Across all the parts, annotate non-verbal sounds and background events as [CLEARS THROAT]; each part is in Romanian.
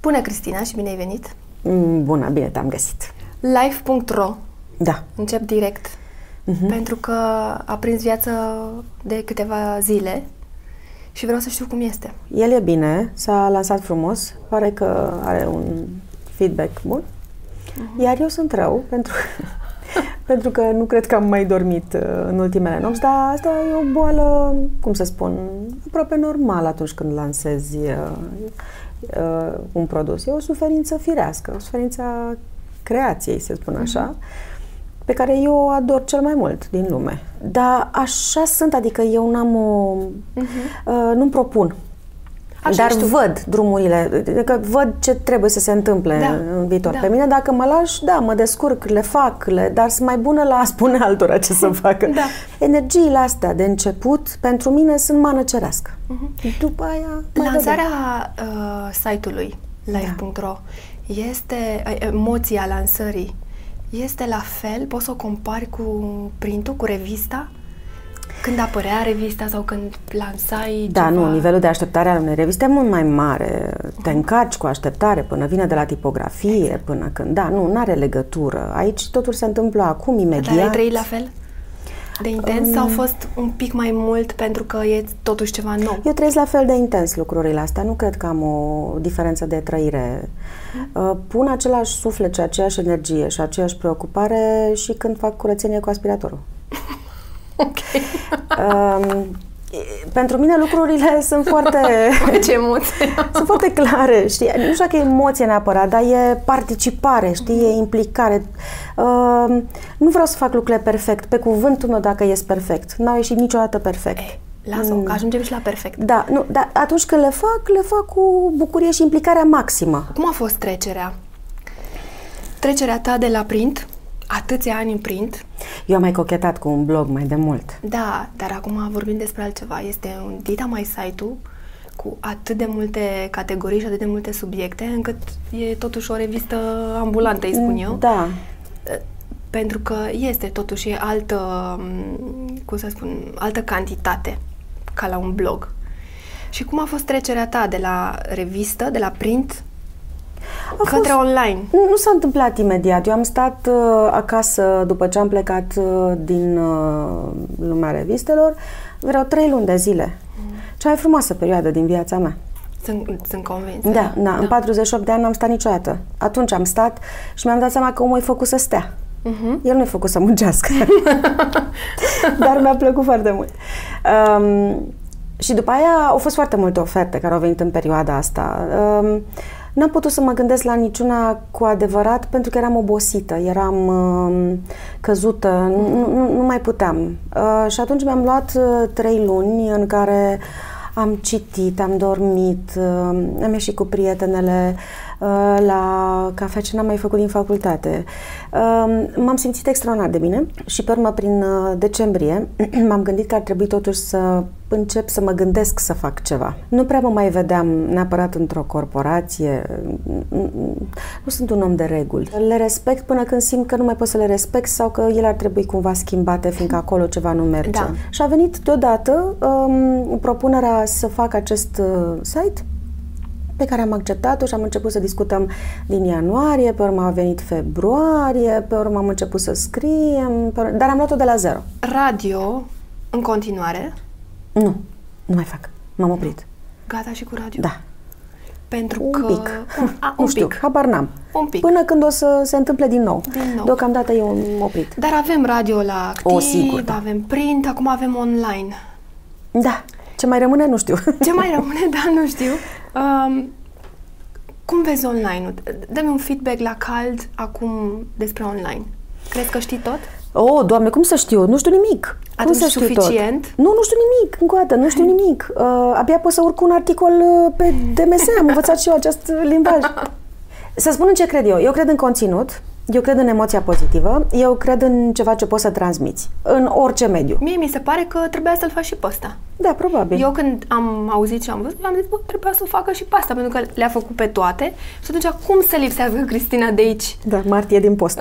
Bună, Cristina, și bine ai venit! Mm, Bună, bine te-am găsit. Life.ro Da. Încep direct. Mhm. Uh-huh. Pentru că a prins viață de câteva zile și vreau să știu cum este. El e bine, s-a lansat frumos, pare că are un feedback bun. Mhm. Iar eu sunt rău pentru, [LAUGHS] pentru că nu cred că am mai dormit uh, în ultimele nopți, dar asta e o boală, cum să spun, aproape normală atunci când lansezi uh, uh, un produs. E o suferință firească, o suferință a creației, să spun așa, Mhm. pe care eu o ador cel mai mult din lume. Dar așa sunt, adică eu n-am o... Uh, nu-mi propun. Mhm. Așa Așa Dar ești tu. văd drumurile, adică văd ce trebuie să se întâmple Da, în viitor. da. Pe mine, dacă mă lași, da, mă descurc, le fac, le, dar sunt mai bună la a spune altora ce [LAUGHS] să facă. Da. Energiile astea de început, pentru mine, sunt mană cerească. Uh-huh. După aia, mai vedem. Mhm. Lansarea uh, site-ului Da. live.ro este uh, emoția lansării. Este la fel, poți să o compari cu printul, cu revista? Când apărea revista sau când lansai Da, ceva? nu, nivelul de așteptare al unei reviste e mult mai mare. Te încarci cu așteptare până vine de la Exact. tipografie, până când... Da, nu, n-are legătură. Aici totul se întâmplă acum, imediat. Dar ai trăit Da, la fel? De intens um, sau a fost un pic mai mult pentru că e totuși ceva nou? Eu trăiesc la fel de intens lucrurile astea, nu cred că am o diferență de trăire. Uh, Pun același suflet și aceeași energie și aceeași preocupare și când fac curățenie cu aspiratorul. Ok. Um, e- Pentru mine lucrurile sunt foarte, [LAUGHS] Ce emoție! sunt foarte clare, știi? Nu știu dacă e emoție neapărat, dar e participare, știi? E implicare. Um, Nu vreau să fac lucrurile perfect, pe cuvântul meu dacă ies perfect. N-au ieșit niciodată perfect. Eh, Lasă-o, că ajungem și la perfect. Da, nu, dar atunci când le fac, le fac cu bucurie și implicarea maximă. Cum a fost trecerea? Trecerea ta de la print, atâția ani în print, Eu am mai cochetat cu un blog mai de mult. da, dar acum vorbim despre altceva. Este un Dita mai site-ul cu atât de multe categorii și atât de multe subiecte, încât e totuși o revistă ambulantă, îi spun eu. Da. Pentru că este totuși altă, m, cum să spun, altă cantitate ca la un blog. Și cum a fost trecerea ta de la revistă, de la print, A către fost- online? Nu s-a întâmplat imediat. Eu am stat uh, acasă după ce am plecat uh, din uh, lumea revistelor vreo trei luni de zile. Mm. Cea mai frumoasă perioadă din viața mea. Sunt, sunt convinsă. Da, da, da. În 48 de ani n-am stat niciodată. Atunci am stat și mi-am dat seama că omul e făcut să stea. Uh-huh. El nu e făcut să muncească. Dar mi-a plăcut foarte mult. Um, și după aia au fost foarte multe oferte care au venit în perioada asta. Um, n-am putut să mă gândesc la niciuna cu adevărat pentru că eram obosită, eram um, căzută, nu, nu, nu mai puteam. Uh, și atunci mi-am luat uh, trei luni în care am citit, am dormit, uh, am ieșit cu prietenele uh, la cafea ce n-am mai făcut din facultate. Uh, M-am simțit extraordinar de bine și pe urmă, prin uh, decembrie, [CLEARS THROAT] m-am gândit că ar trebui totuși să încep să mă gândesc să fac ceva. Nu prea mă mai vedeam neapărat într-o corporație. mm, Nu sunt un om de reguli. Le respect până când simt că nu mai pot să le respect sau că ele ar trebui cumva schimbate, fiindcă acolo ceva nu merge. Da. Și a venit deodată um, propunerea să fac acest uh, site pe care am acceptat-o și am început să discutăm din ianuarie, pe urmă a venit februarie, pe urmă am început să scriem, pe urmă, dar am luat-o de la zero. Radio, în continuare, Nu, nu mai fac. M-am oprit. gata și cu radio. Da. Deci, Pentru Un că... pic. Un, a, [LAUGHS] nu un știu, pic. habar n-am. Un pic. Până când o să se întâmple din nou. Din nou. Deocamdată eu m-am oprit. Dar avem radio la activ, O, sigur, da. avem print, acum avem online. Da. Ce mai rămâne, nu știu. [LAUGHS] Ce mai rămâne, [LAUGHS] da, nu știu. Um, cum vezi online-ul? Dă-mi un feedback la cald acum despre online. Crezi că știi tot? Oh, doamne, cum să știu? Nu știu nimic. Atunci cum să știu suficient? Tot? Nu, nu știu nimic, încă o dată, nu știu nimic. Uh, abia pot să urc un articol uh, pe DMS, am învățat și eu acest [LAUGHS] limbaj. Să spun în ce cred eu. Eu cred în conținut, eu cred în emoția pozitivă, eu cred în ceva ce poți să transmiți, în orice mediu. Mie mi se pare că trebuia să-l faci și pe ăsta. Da, probabil. Eu când am auzit și am văzut, am zis, bă, trebuia să o facă și pe asta, pentru că le-a făcut pe toate. Și atunci, cum să lipsească Cristina de aici? [LAUGHS] Da, martie din post.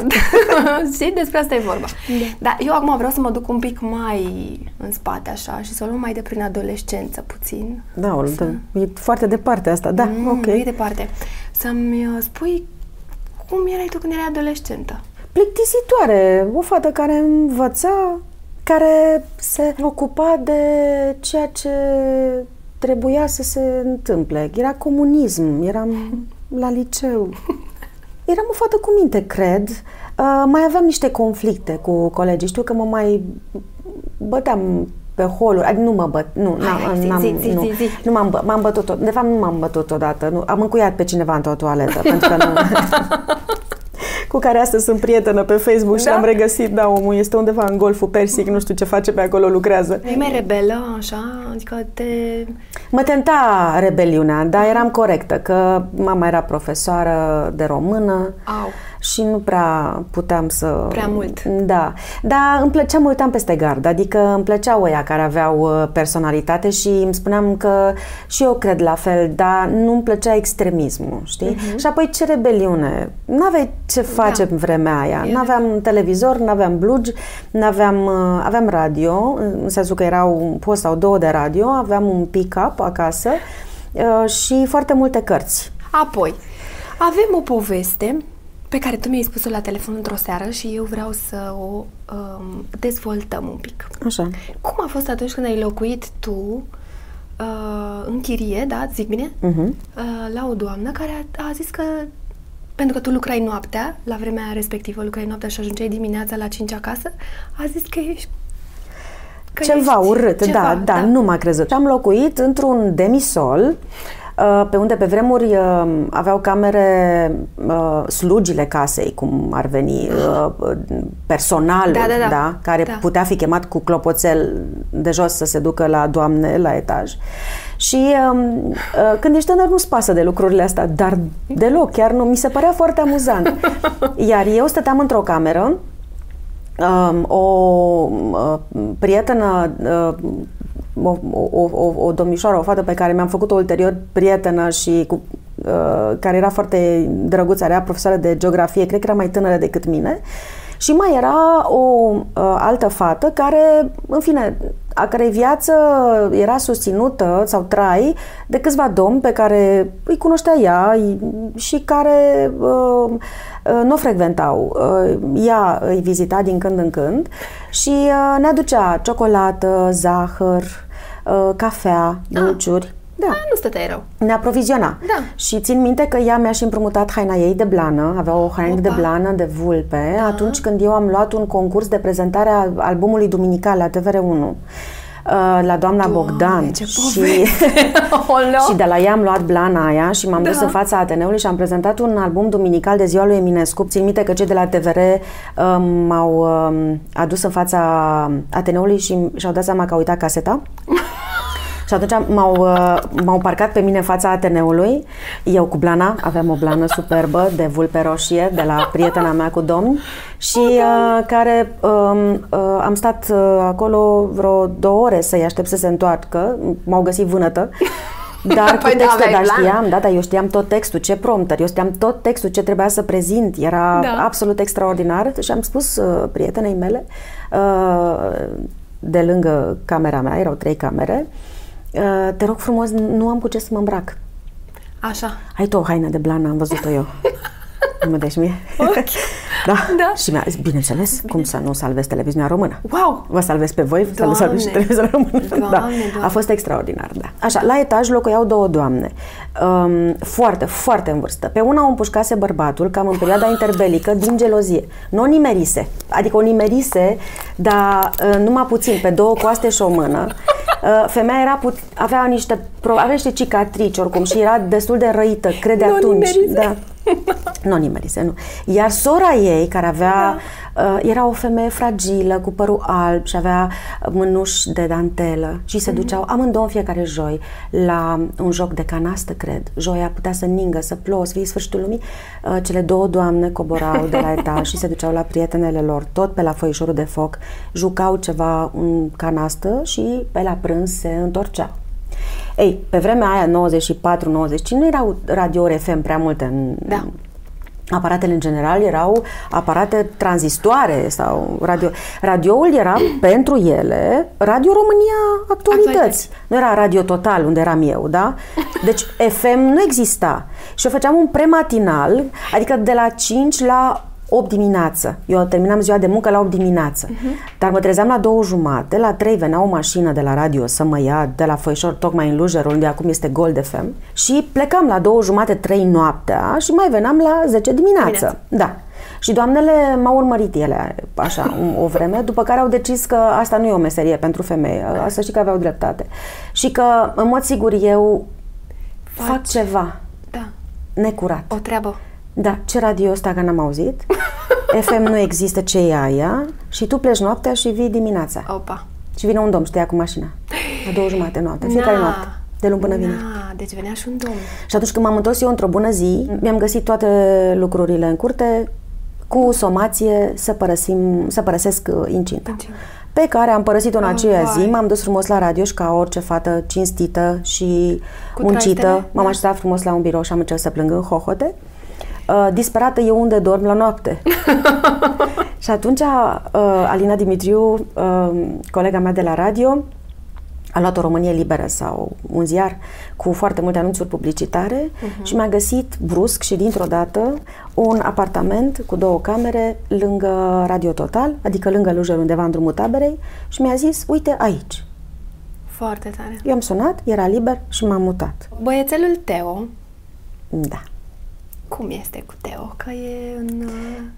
și despre asta e vorba. Da. Dar eu acum vreau să mă duc un pic mai în spate, așa, și să o luăm mai de prin adolescență puțin. Da, o, da, e foarte departe asta, da, Mm, ok. E departe. Să-mi uh, spui cum erai tu când erai adolescentă. Plictisitoare, o fată care învăța, care se ocupa de ceea ce trebuia să se întâmple. Era comunism, eram la [LAUGHS] liceu. Eram o fată cu minte, cred. Uh, mai aveam niște conflicte cu colegii. Știu că mă mai băteam pe holuri. Adică nu mă băt, nu, Hai, n-am, hai, zi, n-am- zi, zi, nu, zi, zi. nu m-am, bă- m-am bătut, o- de fapt nu m-am bătut odată, nu, am încuiat pe cineva într-o toaletă, pentru că nu, cu care astăzi sunt prietenă pe Facebook și Da? am regăsit, da, omul este undeva în Golful Persic, nu știu ce face pe acolo, lucrează. Erai mai rebelă, așa? Adică te... Mă tenta rebeliunea, dar eram corectă, că mama era profesoară de română Au. și nu prea puteam să... Prea mult. Da, dar îmi plăcea, mă uitam peste gard, adică îmi plăceau oia care aveau uh, personalitate și îmi spuneam că și eu cred la fel, dar nu îmi plăcea extremismul, știi? Uh-huh. Și apoi ce rebeliune, n-aveai ce Mhm. face Da. în vremea aia, Era- n-aveam televizor, n-aveam blugi, n-aveam, uh, aveam radio, în în sensul că erau un post sau două de radio, aveam un pick-up acasă uh, și foarte multe cărți. Apoi, avem o poveste pe care tu mi-ai spus-o la telefon într-o seară și eu vreau să o um, dezvoltăm un pic. Așa. Cum a fost atunci când ai locuit tu uh, în chirie, da, zic bine, Mhm. uh, la o doamnă care a, a zis că pentru că tu lucrai noaptea, la vremea respectivă lucrai noaptea și ajungeai dimineața la 5 acasă, a zis că ești... Că ceva ești urât, da, da, nu m-a crezut. Și am locuit într-un demisol, uh, pe unde pe vremuri uh, aveau camere uh, slugile casei, cum ar veni, uh, personal, Da, da, da. care Da. putea fi chemat cu clopoțel de jos să se ducă la doamne la etaj. Și um, uh, când ești tânăr nu-ți pasă de lucrurile astea, dar deloc, chiar nu, mi se părea [LAUGHS] foarte amuzant. Iar eu stăteam într-o cameră Um, o uh, prietenă, uh, o, o, o, o domnișoară, o fată pe care mi-am făcut-o ulterior prietenă și cu, uh, care era foarte drăguță, era profesoară de geografie, cred că era mai tânără decât mine, și mai era o uh, altă fată care, în fine, a cărei viață era susținută sau trai de câțiva domni pe care îi cunoștea ea îi- și care uh, uh, nu o frecventau. Uh, ea îi vizita din când în când și uh, ne aducea ciocolată, zahăr, uh, cafea, dulciuri. Da. A, nu stăteai rău. Ne aproviziona. Da. Și țin minte că ea mi-a și împrumutat haina ei de blană, avea o haină de blană de vulpe, da. atunci când eu am luat un concurs de prezentare a albumului duminical la TVR1 uh, la doamna Da, Bogdan ce și, Olo. [LAUGHS] și de la ea am luat blana aia și m-am Da. dus în fața Ateneului și am prezentat un album duminical de ziua lui Eminescu. Țin minte că cei de la TVR um, m-au um, adus în fața Ateneului și și-au dat seama că au uitat caseta. Și atunci am- m-au, uh, m-au parcat pe mine în fața Ateneului, eu cu blana, aveam o blană superbă de vulpe roșie de la prietena mea cu domn și uh, care um, uh, am stat uh, acolo vreo două ore să-i aștept să se întoarcă, m-au găsit [LAUGHS] vânătă, dar Păi da, cu texte, aveai dar plan. știam, da, dar eu știam tot textul, ce prompter, eu știam tot textul, ce trebuia să prezint, era Da. absolut extraordinar și am spus uh, prietenei mele uh, de lângă camera mea, erau trei camere, uh, te rog frumos, nu am cu ce să mă îmbrac. Așa. Ai tu o haină de blană, am văzut-o [LAUGHS] eu. Nu mă deci mie? [LAUGHS] da. Da. Și mi-a zis, bineînțeles, cum să nu salvez televiziunea română? Wow! Vă salvez pe voi, vă salvez și Doamne! televiziunea română. Da. Doamne, Doamne. A fost extraordinar, da. Așa, la etaj locuiau două doamne, um, foarte, foarte în vârstă. Pe una o împușcase bărbatul, cam în perioada interbelică, din gelozie. Nu o nimerise, adică o nimerise, dar uh, numai puțin, pe două coaste și o mână. Uh, Femeia era put- avea niște pro- avea niște cicatrici oricum și era destul de răită, cred de Nu o atunci. nimerise. Da. Nu o nimerise, nu. Iar sora ei, care avea, da. uh, era o femeie fragilă, cu părul alb și avea mânuși de dantelă și se duceau amândouă în fiecare joi la un joc de canastă, cred. Joia putea să ningă, să plouă, să fie sfârșitul lumii. Uh, cele două doamne coborau de la etaj și se duceau la prietenele lor, tot pe la foișorul de foc, jucau ceva în canastă și pe la prânz se întorceau. Ei, pe vremea aia, 94-95, nu erau radio FM prea multe în, Da. Aparatele în general erau aparate tranzistoare sau radio. Radioul era [CLEARS THROAT] pentru ele Radio România Actualități. Nu era Radio Total unde eram eu, da? Deci FM nu exista. Și o făceam un prematinal, adică de la 5 la 8 dimineață. Eu terminam ziua de muncă la 8 dimineață. Uh-huh. Dar mă trezeam la două jumate, la 3 venea o mașină de la radio să mă ia de la Foișor, tocmai în Lujerul, unde acum este Gold FM. Și plecam la două jumate, 3 noaptea și mai veneam la 10 dimineață. dimineață. Da. Și doamnele m-au urmărit ele așa o vreme, după care au decis că asta nu e o meserie pentru femei, să știi că aveau dreptate. Și că, în mod sigur, eu fac, fac ceva da. necurat. O treabă. Da, ce radio ăsta că n-am auzit? FM nu există, ce e aia? Și tu pleci noaptea și vii dimineața. Opa. Și vine un domn și te ia cu mașina. La două jumate noapte, fiecare noapte. De luni până Na, vineri. deci venea și un domn. Și atunci când m-am întors eu într-o bună zi, mi-am găsit toate lucrurile în curte cu somație să, părăsim, să părăsesc uh, incinta. Incinta. Pe care am părăsit-o în Oh, aceea zi, vai. m-am dus frumos la radio și ca orice fată cinstită și Cu muncită, traietele, m-am da. așezat frumos la un birou și am început să plâng în hohote. Uh, disperată eu unde dorm la [LAUGHS] noapte. și atunci uh, Alina Dimitriu, uh, colega mea de la radio, a luat o Românie Liberă sau un ziar cu foarte multe anunțuri publicitare uh-huh. și mi-a găsit brusc și dintr-o dată un apartament cu două camere lângă Radio Total, adică lângă Lujer undeva în drumul taberei și mi-a zis, uite aici. Foarte tare. Eu am sunat, era liber și m-am mutat. Băiețelul Teo, Da. cum este cu Teo? Că e în... uh,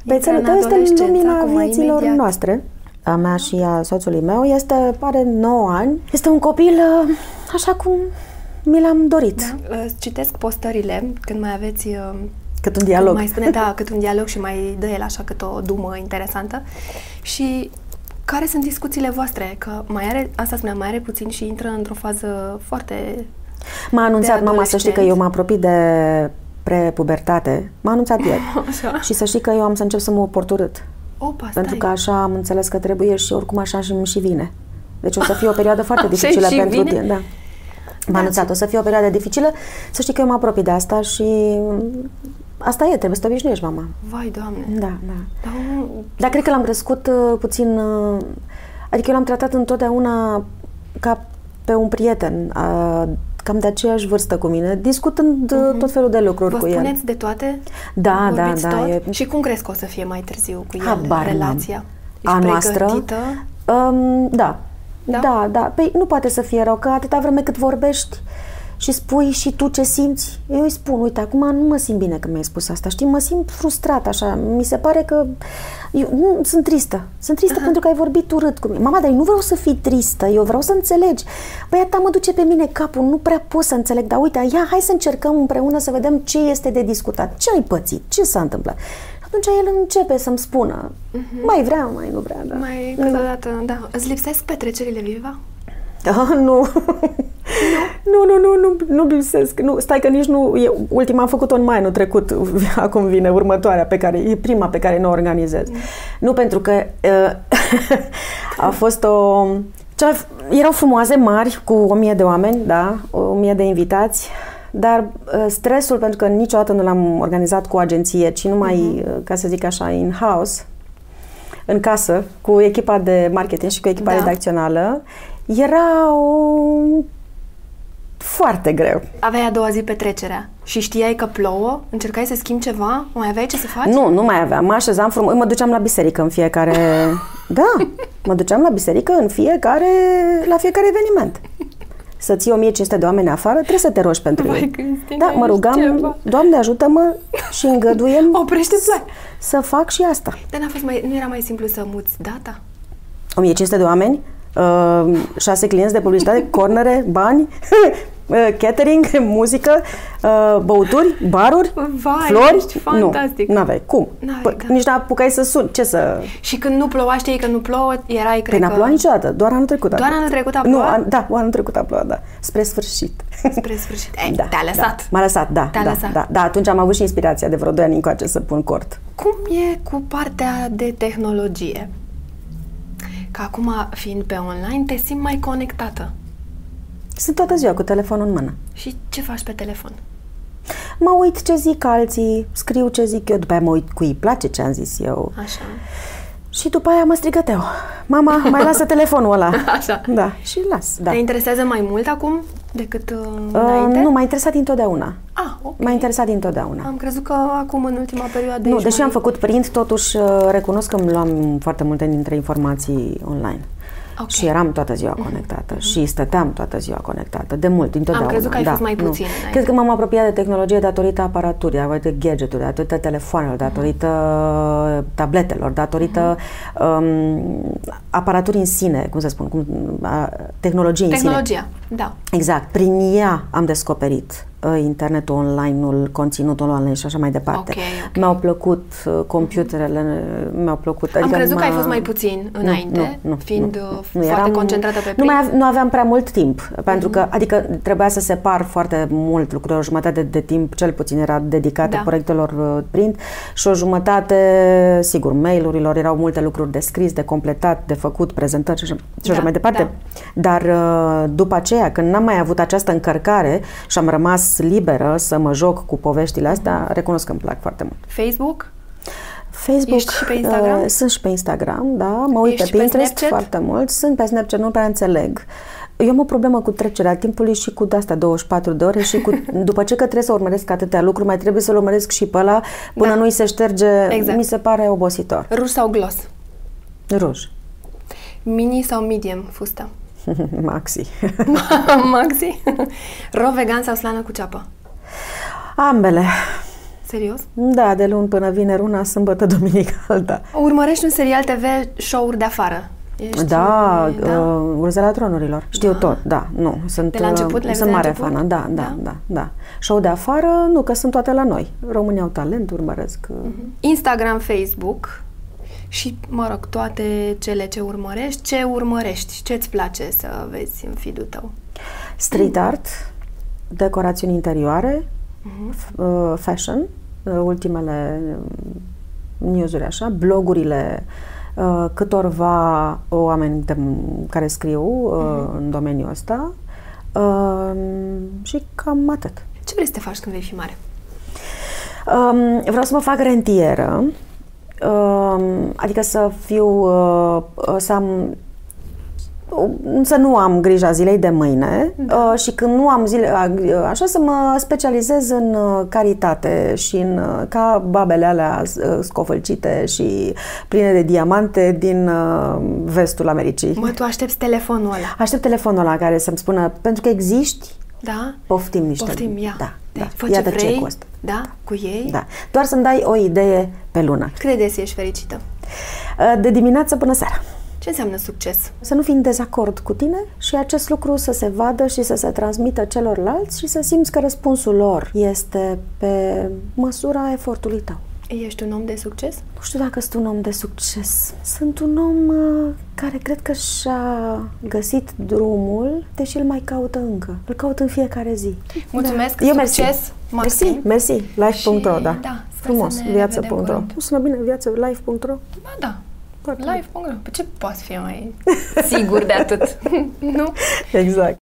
Băiețelul intră tău Păi este în adolescență lumina acum, vieților imediat. noastre. A mea și a soțului meu este, are 9 ani. Este un copil uh, așa cum mi l-am dorit. Da. Da? Uh, Citesc postările când mai aveți uh, Cât un dialog. Mai spune, [LAUGHS] da, cât un dialog și mai dă el așa cât o dumă interesantă. Și care sunt discuțiile voastre? Că mai are, asta spuneam, mai are puțin și intră într-o fază foarte... [LAUGHS] M-a anunțat de mama să știi că eu adolescenți. mă apropii de prepubertate. M-a anunțat [LAUGHS] ieri. Așa. și să știi că eu am să încep să mă oport urât. Opa, stai. Pentru că așa am înțeles că trebuie și oricum așa și îmi și vine. Deci o să fie o perioadă foarte [LAUGHS] Așa dificilă și pentru vine? tine. Da. M-a anunțat, o să fie o perioadă dificilă. Să știi că eu mă apropii de asta și m, asta e, trebuie să te obișnuiești, mama. Vai, doamne. Da, da. Dar un- Dar cred că l-am crescut uh, puțin... uh, Adică eu l-am tratat întotdeauna ca pe un prieten, uh, cam de aceeași vârstă cu mine, discutând uh, tot felul de lucruri Mhm. Vă cu el. spuneți de toate? Da, da, Vorbiți da, Tot? e- Și cum crezi că o să fie mai târziu cu el Habar n-am. relația? A Ești noastră? Pregătită? Um, da. Da? da. Da, da. Păi nu poate să fie rău, că atâta vreme cât vorbești și spui și tu ce simți, eu îi spun, uite, acum nu mă simt bine că mi-ai spus asta, știi, mă simt frustrat așa, mi se pare că eu nu, sunt tristă, sunt tristă Aha. pentru că ai vorbit urât cu mine. Mama, dar eu nu vreau să fii tristă, eu vreau să înțelegi. Păi asta mă duce pe mine capul, nu prea pot să înțeleg, dar uite, ia, hai să încercăm împreună să vedem ce este de discutat, ce ai pățit, ce s-a întâmplat. Atunci el începe să-mi spună, mai vrea, Mhm. mai nu vrea, da. Mai Da. câteodată, da. Îți lipsesc petrecerile viva? Da, [LAUGHS] nu. Nu, nu, nu, nu, nu lipsesc. Nu, stai că nici nu, e, ultima am făcut-o în mai anul trecut, [LAUGHS] acum vine următoarea pe care, e prima pe care nu o organizez. Nu pentru că uh, [LAUGHS] a fost o... Cea mai, f- erau frumoase, mari, cu o mie de oameni, da, o mie de invitați, dar uh, stresul, pentru că niciodată nu l-am organizat cu agenție, ci numai, uh ca să zic așa, in-house, în casă cu echipa de marketing și cu echipa Da. da. redacțională, era o... foarte greu. Aveai a doua zi petrecerea și știai că plouă, încercai să schimbi ceva, mai aveai ce să faci? Nu, nu mai aveam. Mă așezam frumos. Mă duceam la biserică în fiecare... [LAUGHS] Da, mă duceam la biserică în fiecare... la fiecare eveniment. Să ții 1500 de oameni afară, trebuie să te rogi pentru Vai, ei. Cristina, Da, mă ești rugam, ceva. Doamne ajută-mă [LAUGHS] și îngăduiem Oprește s- plan. să fac și asta. Dar n-a fost mai, nu era mai simplu să muți data? 1500 de oameni, uh, 6 clienți de publicitate, [LAUGHS] cornere, bani, [LAUGHS] uh, catering, muzică, uh, băuturi, baruri, Vai, flori. ești fantastic. Nu, n-aveai. Cum? N-aveai, Păi, da. Nici n-apucai să sun. Ce să... Și când nu ploua, știi că nu plouă, erai, Păi cred n-a că... plouat niciodată, doar anul trecut. a Doar plouat. anul trecut a Nu, plouat? an, da, anul trecut a plouat, da. Spre sfârșit. Spre sfârșit. Ei, te-a [LAUGHS] Da. lăsat. M-a lăsat, da. Te-a da, lăsat. Da, da, atunci am avut și inspirația de vreo 2 ani încoace să pun cort. Cum e cu partea de tehnologie? Că acum, fiind pe online, te simți mai conectată. Sunt toată ziua cu telefonul în mână. Și ce faci pe telefon? mă uit ce zic alții, scriu ce zic eu, după aia mă uit cui îi place ce am zis eu. Așa. Și după aia mă strigă Teo. Mama, mai [LAUGHS] lasă telefonul ăla. Așa. Da, și las. Da. Te interesează mai mult acum decât uh, Uh, înainte? nu, m-a interesat dintotdeauna. Ah, ok. M-a interesat dintotdeauna. Am crezut că acum, în ultima perioadă, nu, ești deși mai... am făcut print, totuși uh, recunosc că îmi luam foarte multe dintre informații online. Ok. Mhm. Și eram toată ziua conectată și stăteam toată ziua conectată, de mult, dintotdeauna. Am crezut că ai da, fost mai nu. puțin înainte. Cred că m-am apropiat de tehnologie datorită aparaturii, datorită gadgetului, datorită telefonelor, Mhm. datorită tabletelor, datorită Mhm. um, aparaturii în sine, cum să spun, cum, a, tehnologiei în sine. Tehnologia, da. Exact, prin ea am descoperit uh, internetul online-ul, conținutul online și așa mai departe. Ok, ok. Mi-au plăcut uh, computerele, mi-au plăcut... adică Am crezut că m-a- ai fost mai puțin Nu, înainte, nu, nu, fiind nu, uh, nu, foarte concentrată pe Mhm. nu, mai print. ave- nu aveam prea mult timp, pentru că, adică trebuia să separ foarte mult lucruri, o jumătate de timp cel puțin era dedicată Da. proiectelor uh, print și o jumătate, sigur, mail-urilor, erau multe lucruri de scris, de completat, de făcut, prezentări și așa, și Da, așa mai departe. da. Dar uh, după aceea, când n-am mai avut această încărcare și am rămas liberă să mă joc cu poveștile astea, recunosc că îmi plac foarte mult. Facebook? Facebook. Ești și pe Instagram? Uh, sunt și pe Instagram, da. Mă uit Ești și pe pe Pinterest Snapchat? foarte mult. Sunt pe Snapchat, nu prea înțeleg. Eu am o problemă cu trecerea timpului și cu asta 24 de ore [LAUGHS] și cu, după ce că trebuie să urmăresc atâtea lucruri, mai trebuie să-l urmăresc și pe ăla până Da. nu-i se șterge, Exact. mi se pare obositor. Ruj sau gloss? Ruj, [LAUGHS] Mini sau medium fustă? [LAUGHS] maxi. Maxi? [LAUGHS] Ro vegan sau slană cu ceapă? Ambele. Serios? Da, de luni până vineri una, sâmbătă, duminică alta. Urmărești un serial TV show-uri de afară? Ești, Da, uh, da. Uh, Urzela Tronurilor. Știu da. tot, da, nu. Sunt, De la uh, început, le-ai văzut sunt de mare la început? fană, da, da, da, da. Show de afară, nu, că sunt toate la noi. România au talent, urmăresc. Uh, Instagram, Facebook și, mă rog, toate cele ce urmărești, ce urmărești, ce-ți place să vezi în feed-ul tău. Street Mm. art, decorațiuni interioare, Mhm. f- uh, fashion, uh, ultimele uh, news-uri așa, blogurile uh, câtorva oameni de, mm, care scriu uh, Mhm. în domeniul ăsta uh, și cam atât. Ce vrei să te faci când vei fi mare? Um, vreau să mă fac rentieră, um, adică să fiu, uh, să am um, să nu am grija zilei de mâine Mhm. da. și când nu am zile a- așa să mă specializez în uh, caritate și în uh, ca babele alea uh, scofălcite și pline de diamante din uh, vestul Americii. Mă, tu aștepți telefonul ăla, Aștept telefonul ăla care să-mi spună pentru că existi, da? poftim niște. Poftim, ia. Da, deci, da. Fă ce Iată vrei, ce costă. da? Cu ei? Da. Doar să-mi dai o idee pe lună. Ă, Cât de des ești fericită? De dimineață până seara. Ce înseamnă succes? Să nu fii în dezacord cu tine și acest lucru să se vadă și să se transmită celorlalți și să simți că răspunsul lor este pe măsura efortului tău. Ești un om de succes? Nu știu dacă sunt un om de succes. Sunt un om uh, care cred că și-a găsit drumul, deși îl mai caută încă. Îl caut în fiecare zi. Mulțumesc, Da. Eu mersi. succes, Mersi, maxim. mersi. Life.ro, Și, da. da, sper Frumos, să ne vedem viață.ro. curând. Nu sună bine, viață, life.ro. Ba da, Foarte Păi [LAUGHS] live.ro. Pe ce poate fi mai sigur de atât? nu? Exact.